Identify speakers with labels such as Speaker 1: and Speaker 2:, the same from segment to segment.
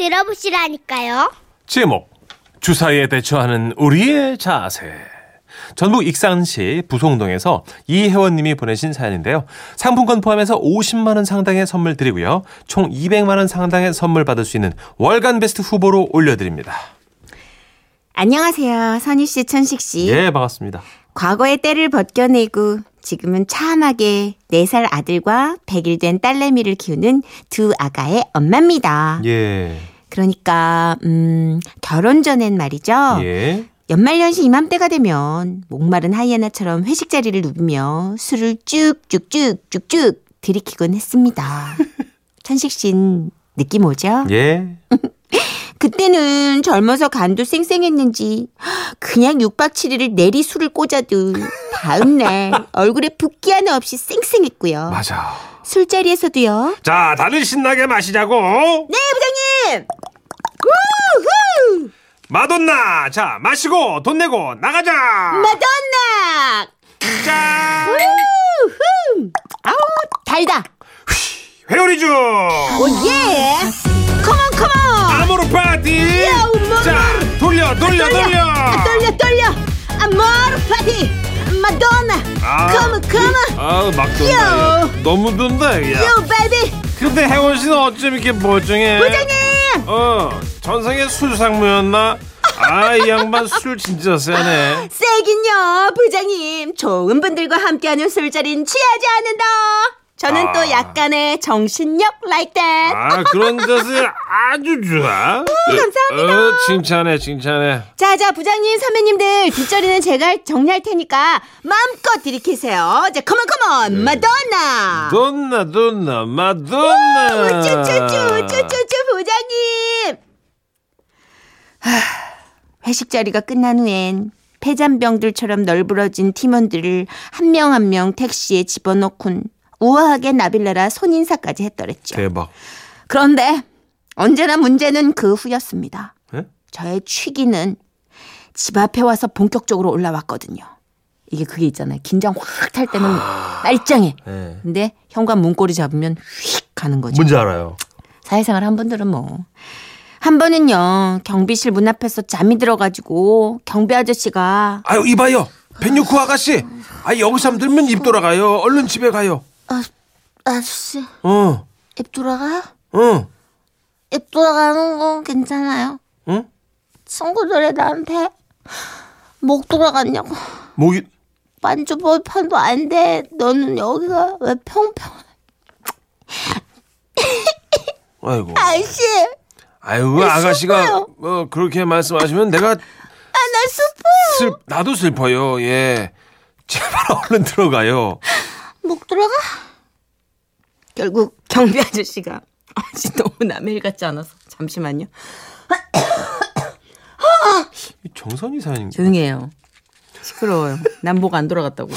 Speaker 1: 들어보시라니까요.
Speaker 2: 제목 주사위에 대처하는 우리의 자세 전북 익산시 부송동에서 이혜원님이 보내신 사연인데요. 상품권 포함해서 50만 원 상당의 선물 드리고요. 총 200만 원 상당의 선물 받을 수 있는 월간 베스트 후보로 올려드립니다.
Speaker 3: 안녕하세요. 선희 씨, 천식 씨.
Speaker 2: 예, 반갑습니다.
Speaker 3: 과거의 때를 벗겨내고 지금은 참하게 4살 아들과 100일 된 딸내미를 키우는 두 아가의 엄마입니다.
Speaker 2: 예,
Speaker 3: 그러니까 음, 결혼 전엔 말이죠.
Speaker 2: 예,
Speaker 3: 연말연시 이맘때가 되면 목마른 하이에나처럼 회식 자리를 누비며 술을 쭉쭉쭉쭉쭉 들이키곤 했습니다. 천식 씨는 느낌 오죠?
Speaker 2: 예.
Speaker 3: 그때는 젊어서 간도 쌩쌩했는지 그냥 6박 7일을 내리 술을 꽂아도 다음날 얼굴에 붓기 하나 없이 쌩쌩했고요.
Speaker 2: 맞아.
Speaker 3: 술자리에서도요.
Speaker 2: 자, 다들 신나게 마시자고.
Speaker 3: 네 부장님.
Speaker 2: 마돈나, 자, 마시고 돈 내고 나가자.
Speaker 3: 마돈나.
Speaker 2: 짠.
Speaker 3: 우후. 아우 달다.
Speaker 2: 회오리주.
Speaker 3: 오예. 컴온 컴온.
Speaker 2: 아모르 파티.
Speaker 3: 엄마.
Speaker 2: 자, 돌려, 돌려, 돌려.
Speaker 3: 아, 떨려 떨려. 아모르 파티. 마돈나.
Speaker 2: 아.
Speaker 3: 컴온 컴온.
Speaker 2: 아우 막
Speaker 3: 야.
Speaker 2: 돈다 야. 너무 돈다 야
Speaker 3: 요 베이비.
Speaker 2: 근데 혜원 씨는 어쩜 이렇게 멀쩡해
Speaker 3: 부장님.
Speaker 2: 어 전생에 술상무였나 아 이 양반 술 진짜 세네
Speaker 3: 세긴요 부장님 좋은 분들과 함께하는 술자리는 취하지 않는다 저는
Speaker 2: 아.
Speaker 3: 또 약간의 정신력 like that
Speaker 2: 아 그런 자세 아주 좋아 어, 감사합니다 어, 칭찬해 칭찬해
Speaker 3: 자자 부장님 선배님들 뒷자리는 제가 정리할 테니까 마음껏 들이키세요 자 컴온
Speaker 2: 네.
Speaker 3: 컴온 마돈나
Speaker 2: 돈나 돈나 마돈나
Speaker 3: 쭈쭈쭈 쭈쭈쭈 부장님 하, 회식 자리가 끝난 후엔 폐잔병들처럼 널브러진 팀원들을 한 명 한 명 택시에 집어넣곤 우아하게 나빌라라 손인사까지 했더랬죠.
Speaker 2: 대박
Speaker 3: 그런데 언제나 문제는 그 후였습니다.
Speaker 2: 예?
Speaker 3: 저의 취기는 집 앞에 와서 본격적으로 올라왔거든요. 이게 그게 있잖아요. 긴장 확 탈 때는 날짱해.
Speaker 2: 예.
Speaker 3: 근데 현관 문고리 잡으면 휙 가는 거죠.
Speaker 2: 뭔지 알아요
Speaker 3: 사회생활 한 분들은 뭐. 한 번은요, 경비실 문 앞에서 잠이 들어가지고, 경비 아저씨가,
Speaker 2: 아유 이봐요 백육구 아가씨 아 여기서 하면 들면 입 돌아가요 얼른 집에 가요
Speaker 1: 아, 아저씨,
Speaker 2: 어
Speaker 1: 입 돌아가요?
Speaker 2: 어.
Speaker 1: 입 돌아가는 건 괜찮아요.
Speaker 2: 응?
Speaker 1: 친구들이 나한테 목 돌아갔냐고.
Speaker 2: 목이
Speaker 1: 만주볼 판도 안 돼. 너는 여기가 왜 평평해?
Speaker 2: 아이고 그
Speaker 1: 아저씨,
Speaker 2: 아이고 아가씨가 어, 그렇게 말씀하시면 내가
Speaker 1: 아나 슬퍼요.
Speaker 2: 슬 나도 슬퍼요. 예. 제발 얼른 들어가요.
Speaker 1: 목 돌아가?
Speaker 3: 결국 경비 아저씨가, 아, 진짜 너무 남의 일 같지 않아서, 잠시만요.
Speaker 2: 이 정선이 사연인 가
Speaker 3: 조용해요. 시끄러워요. 남보가 안 돌아갔다고.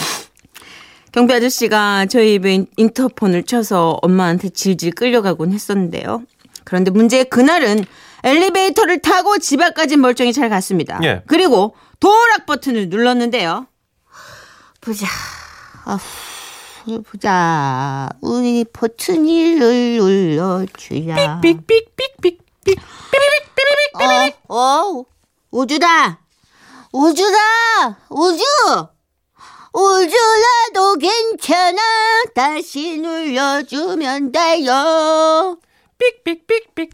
Speaker 3: 경비 아저씨가 저희 입에 인- 인터폰을 쳐서 엄마한테 질질 끌려가곤 했었는데요. 그런데 문제의 그날은 엘리베이터를 타고 집 앞까지 멀쩡히 잘 갔습니다.
Speaker 2: 예.
Speaker 3: 그리고 도락 버튼을 눌렀는데요.
Speaker 1: 보자. 아후, 보자. 우리 버튼이를 눌러주자. 삑삑삑삑삑삑삑삑삑삑. 어, 어, 우주다. 우주다. 우주. 우주라도 괜찮아. 다시 눌러주면 돼요.
Speaker 2: 삑삑삑삑삑.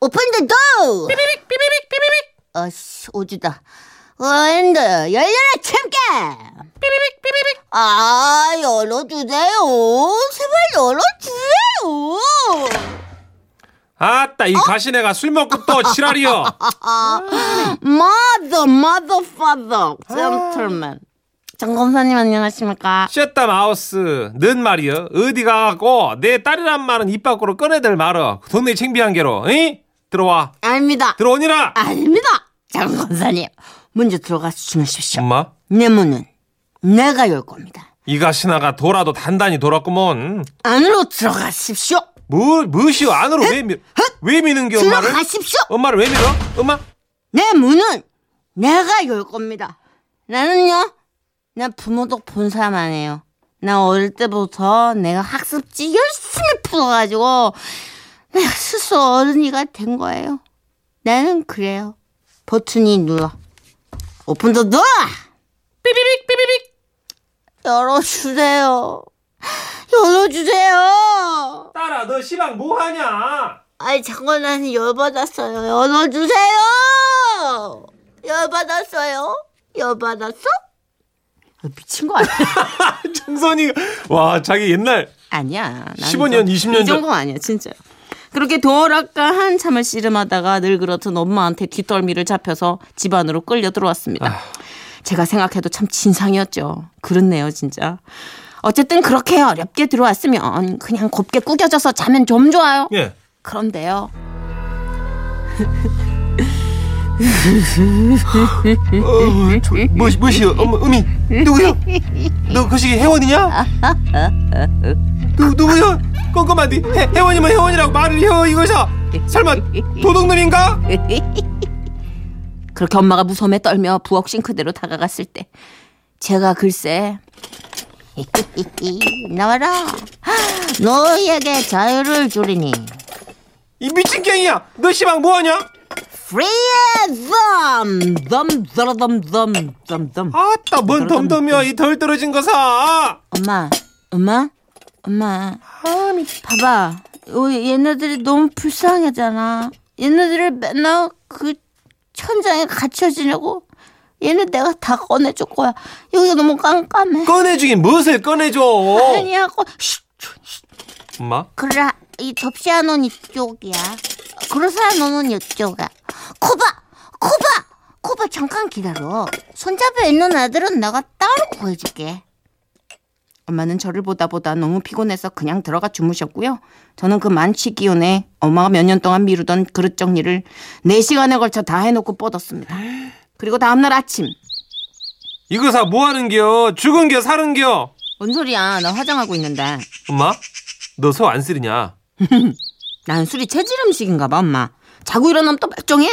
Speaker 1: 오픈 더 도어. 어씨, 오주다. 원더 열려라 참깨. 아 열어주세요. 제발 열어주세요.
Speaker 2: 아따 이 가시네가 술 먹고 또 지랄이요.
Speaker 1: Mother, mother, father, gentleman. 정 검사님 안녕하십니까?
Speaker 2: 셧다 마우스. 는 말이요. 어디 가고 내 딸이란 말은 입 밖으로 꺼내들 말어. 동네 창피한 게로. 이 들어와.
Speaker 1: 아닙니다.
Speaker 2: 들어오니라.
Speaker 1: 아닙니다. 정 검사님 먼저 들어가서 주무십시오.
Speaker 2: 엄마.
Speaker 1: 내 문은 내가 열 겁니다.
Speaker 2: 이 가시나가 돌아도 단단히 돌았구먼.
Speaker 1: 안으로 들어가십시오.
Speaker 2: 뭐, 뭐시오? 안으로 왜, 미, 왜 미는겨, 엄마를?
Speaker 1: 들어가십시오.
Speaker 2: 엄마를 왜 밀어? 엄마?
Speaker 1: 내 문은 내가 열 겁니다. 나는요, 나 부모도 본사람 안 해요. 나 어릴 때부터 내가 학습지 열심히 풀어가지고 내가 스스로 어른이가 된 거예요. 나는 그래요. 버튼이 눌러. 오픈 더 door!
Speaker 3: 삐비빅 삐비빅
Speaker 1: 열어주세요. 열어주세요.
Speaker 2: 딸아 너 시방 뭐하냐?
Speaker 1: 아이 잠깐 나는 열받았어요. 열어주세요. 열받았어요. 열받았어? 아, 미친 거 아니야?
Speaker 2: 정선이 와 자기 옛날
Speaker 3: 아니야. 나는
Speaker 2: 15년,
Speaker 3: 좀-
Speaker 2: 20년 전.
Speaker 3: 이 정도 아니야 진짜. 그렇게 도어락과 한참을 씨름하다가 늘 그렇던 엄마한테 뒷덜미를 잡혀서 집 안으로 끌려 들어왔습니다.
Speaker 2: 아.
Speaker 3: 제가 생각해도 참 진상이었죠. 그렇네요 진짜. 어쨌든 그렇게 어렵게 들어왔으면 그냥 곱게 구겨져서 자면 좀 좋아요.
Speaker 2: 예
Speaker 3: 그런데요.
Speaker 2: 뭐, 뭐시여 어머 음이 누구야? 너 그시기 회원이냐? 누, 누구야? 꼼꼼한디 해- 회원이면 회원이라고 말을 해요 이거셔 설마 도둑놈인가?
Speaker 3: 그렇게 엄마가 무섬에 떨며 부엌 싱크대로 다가갔을 때 제가 글쎄
Speaker 1: 나와라. 너에게 자유를 주리니.
Speaker 2: 이 미친갱이야 너 시방 뭐하냐?
Speaker 3: 프리의 덤! 덤, 더러덤, 덤, 덤, 덤.
Speaker 2: 아따 뭔 덤덤이야 이 덜 떨어진 거사
Speaker 3: 엄마, 엄마, 엄마.
Speaker 1: 봐봐. 우리 얘네들이 너무 불쌍하잖아. 얘네들을 맨날 그 천장에 갇혀 지내고 얘네 내가 다 꺼내줄 거야. 여기가 너무 깜깜해.
Speaker 2: 꺼내주긴 무엇을 꺼내줘
Speaker 1: 아니야. 꺼... 쉿,
Speaker 2: 엄마
Speaker 1: 그래. 이 접시 한 원이 쪽이야. 그릇 한원은 이쪽이야. 코바! 코바! 코바 잠깐 기다려. 손잡이 있는 애들은 내가 따로 구해줄게.
Speaker 3: 엄마는 저를 보다 보다 너무 피곤해서 그냥 들어가 주무셨고요. 저는 그 만취 기운에 엄마가 몇 년 동안 미루던 그릇 정리를 4시간에 걸쳐 다 해놓고 뻗었습니다. 그리고 다음날 아침.
Speaker 2: 이거사 뭐하는겨 죽은겨 사는겨
Speaker 3: 뭔 소리야. 나 화장하고 있는데.
Speaker 2: 엄마 너 소 안 쓰리냐?
Speaker 3: 난 술이 체질 음식인가 봐, 엄마. 자고 일어나면 또 멀쩡해.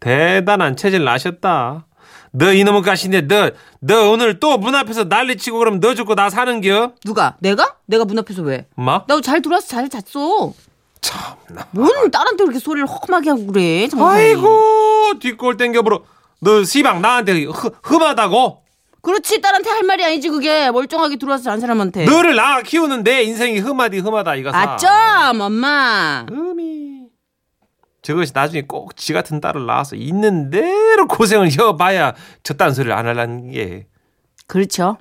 Speaker 2: 대단한 체질 나셨다. 너 이놈의 가시네 너너 오늘 또 문 앞에서 난리치고 그럼 너 죽고 나 사는겨?
Speaker 3: 누가? 내가? 내가 문 앞에서 왜?
Speaker 2: 엄마?
Speaker 3: 나 잘 들어와서 잘 잤어.
Speaker 2: 참나.
Speaker 3: 뭔 딸한테 그렇게 소리를 험하게 하고 그래. 정선이.
Speaker 2: 아이고 뒷골 땡겨부러 너 시방 나한테 흐, 흠하다고?
Speaker 3: 그렇지 딸한테 할 말이 아니지 그게 멀쩡하게 들어와서 잔 사람한테.
Speaker 2: 너를 낳아 키우는 내 인생이 흠하디 흠하다 이거사.
Speaker 3: 네. 아점 엄마.
Speaker 2: 흠이. 저것이 나중에 꼭 지 같은 딸을 낳아서 있는 대로 고생을 해봐야 저딴 소리를 안 하려는 게.
Speaker 3: 그렇죠.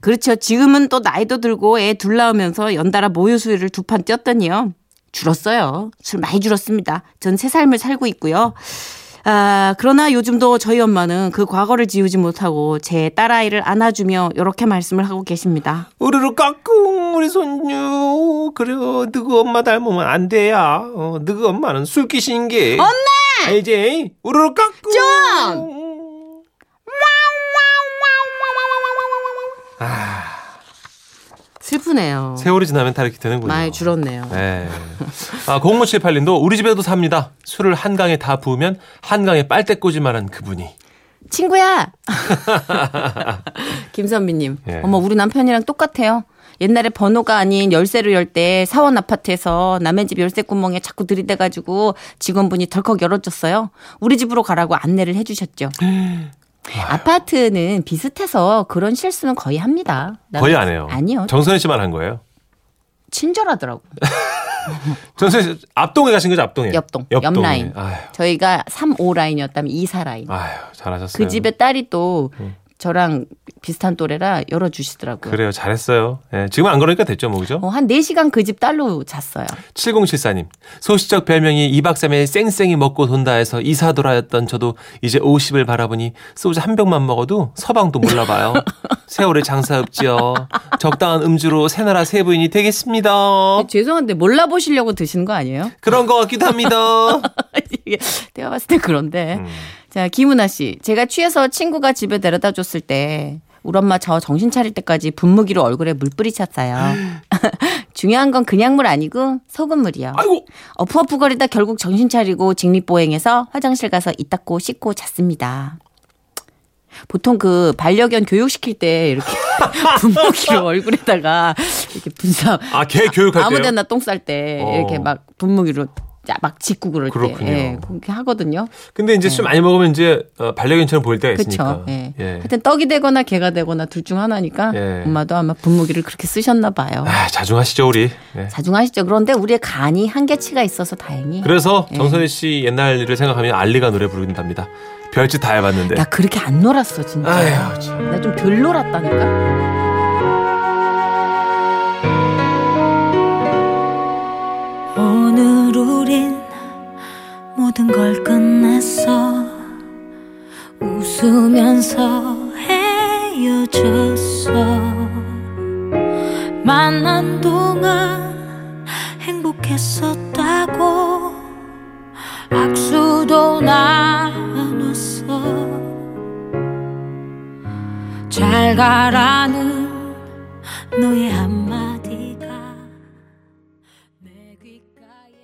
Speaker 3: 그렇죠. 지금은 또 나이도 들고 애 둘 낳으면서 연달아 모유 수유를 두 판 뛰었더니요. 줄었어요. 술 많이 줄었습니다. 전 새 삶을 살고 있고요. 아, 그러나 요즘도 저희 엄마는 그 과거를 지우지 못하고 제 딸아이를 안아주며 이렇게 말씀을 하고 계십니다.
Speaker 2: 우르르 깍꿍 우리 손주 그래 어, 너그 엄마 닮으면 안 돼야 어, 너그 엄마는 술기신 게 엄마 알지 우르르 깍꿍 좀
Speaker 3: 슬프네요.
Speaker 2: 세월이 지나면 다 이렇게 되는군요
Speaker 3: 많이 줄었네요.
Speaker 2: 네. 아, 0578님도 우리 집에도 삽니다 술을 한강에 다 부으면 한강에 빨대 꽂을만한 그분이
Speaker 3: 친구야. 김선미님.
Speaker 2: 예.
Speaker 3: 어머 우리 남편이랑 똑같아요. 옛날에 번호가 아닌 열쇠를 열 때 사원 아파트에서 남의 집 열쇠 구멍에 자꾸 들이대가지고 직원분이 덜컥 열어줬어요. 우리 집으로 가라고 안내를 해주셨죠.
Speaker 2: 예.
Speaker 3: 아파트는 비슷해서 그런 실수는 거의 합니다. 나-
Speaker 2: 거의 안 해요
Speaker 3: 아니요.
Speaker 2: 정선희 씨만 한 거예요
Speaker 3: 친절하더라고.
Speaker 2: 정선희 씨 앞동에 가신 거죠 앞동에
Speaker 3: 옆동,
Speaker 2: 예. 옆동에.
Speaker 3: 옆라인.
Speaker 2: 아휴,
Speaker 3: 저희가 3, 5라인이었다면 2, 4라인.
Speaker 2: 아휴 잘하셨어요 음.
Speaker 3: 그 집에 딸이 또 저랑 비슷한 또래라 열어주시더라고요.
Speaker 2: 그래요 잘했어요 예, 지금 안 그러니까 됐죠 뭐 그죠
Speaker 3: 어, 한 4시간 그 집 딸로 잤어요.
Speaker 2: 7074님, 소시적 별명이 2박 3일 쌩쌩이 먹고 돈다 해서 이사돌아였던 저도 이제 50을 바라보니 소주 한 병만 먹어도 서방도 몰라봐요. 세월의 장사 없지요. 적당한 음주로 새나라 세 부인이 되겠습니다. 어?
Speaker 3: 죄송한데 몰라보시려고 드시는 거 아니에요?
Speaker 2: 그런 것 같기도 합니다.
Speaker 3: 이게 내가 봤을 때 그런데.
Speaker 2: 음.
Speaker 3: 자, 김은아 씨. 제가 취해서 친구가 집에 데려다 줬을 때 우리 엄마 저 정신 차릴 때까지 분무기로 얼굴에 물 뿌리쳤어요. 중요한 건 그냥 물 아니고 소금물이요.
Speaker 2: 아이고,
Speaker 3: 어푸어푸거리다 결국 정신 차리고 직립보행해서 화장실 가서 이 닦고 씻고 잤습니다. 보통 그 반려견 교육시킬 때 이렇게 분무기로 얼굴에다가 이렇게 분사
Speaker 2: 아, 개 교육할 때요?
Speaker 3: 아무 데나 똥 쌀 때
Speaker 2: 어.
Speaker 3: 이렇게 막 분무기로 짜- 막 짓고 그럴
Speaker 2: 그렇군요.
Speaker 3: 때 예, 그렇게 하거든요.
Speaker 2: 근데 이제 술 많이 먹으면 이제 어, 반려견처럼 보일 때가
Speaker 3: 네. 그렇죠.
Speaker 2: 있으니까.
Speaker 3: 예.
Speaker 2: 예.
Speaker 3: 하여튼 떡이 되거나 개가 되거나 둘 중 하나니까
Speaker 2: 예.
Speaker 3: 엄마도 아마 분무기를 그렇게 쓰셨나 봐요.
Speaker 2: 아, 자중하시죠 우리. 네.
Speaker 3: 자중하시죠. 그런데 우리의 간이 한계치가 있어서 다행히.
Speaker 2: 그래서 정선희 씨 옛날 일을 생각하면 알리가 노래 부른답니다. 별짓 다 해봤는데.
Speaker 3: 나 그렇게 안 놀았어 진짜.
Speaker 2: 아휴 참.
Speaker 3: 나 좀 덜 놀았다니까.
Speaker 4: 오늘 우린 모든 걸 끝냈어 웃으면서 헤어졌어 만난 동안 행복했었다고 악수도 나눴어 잘 가라는 너의 한마디가 내 귓가에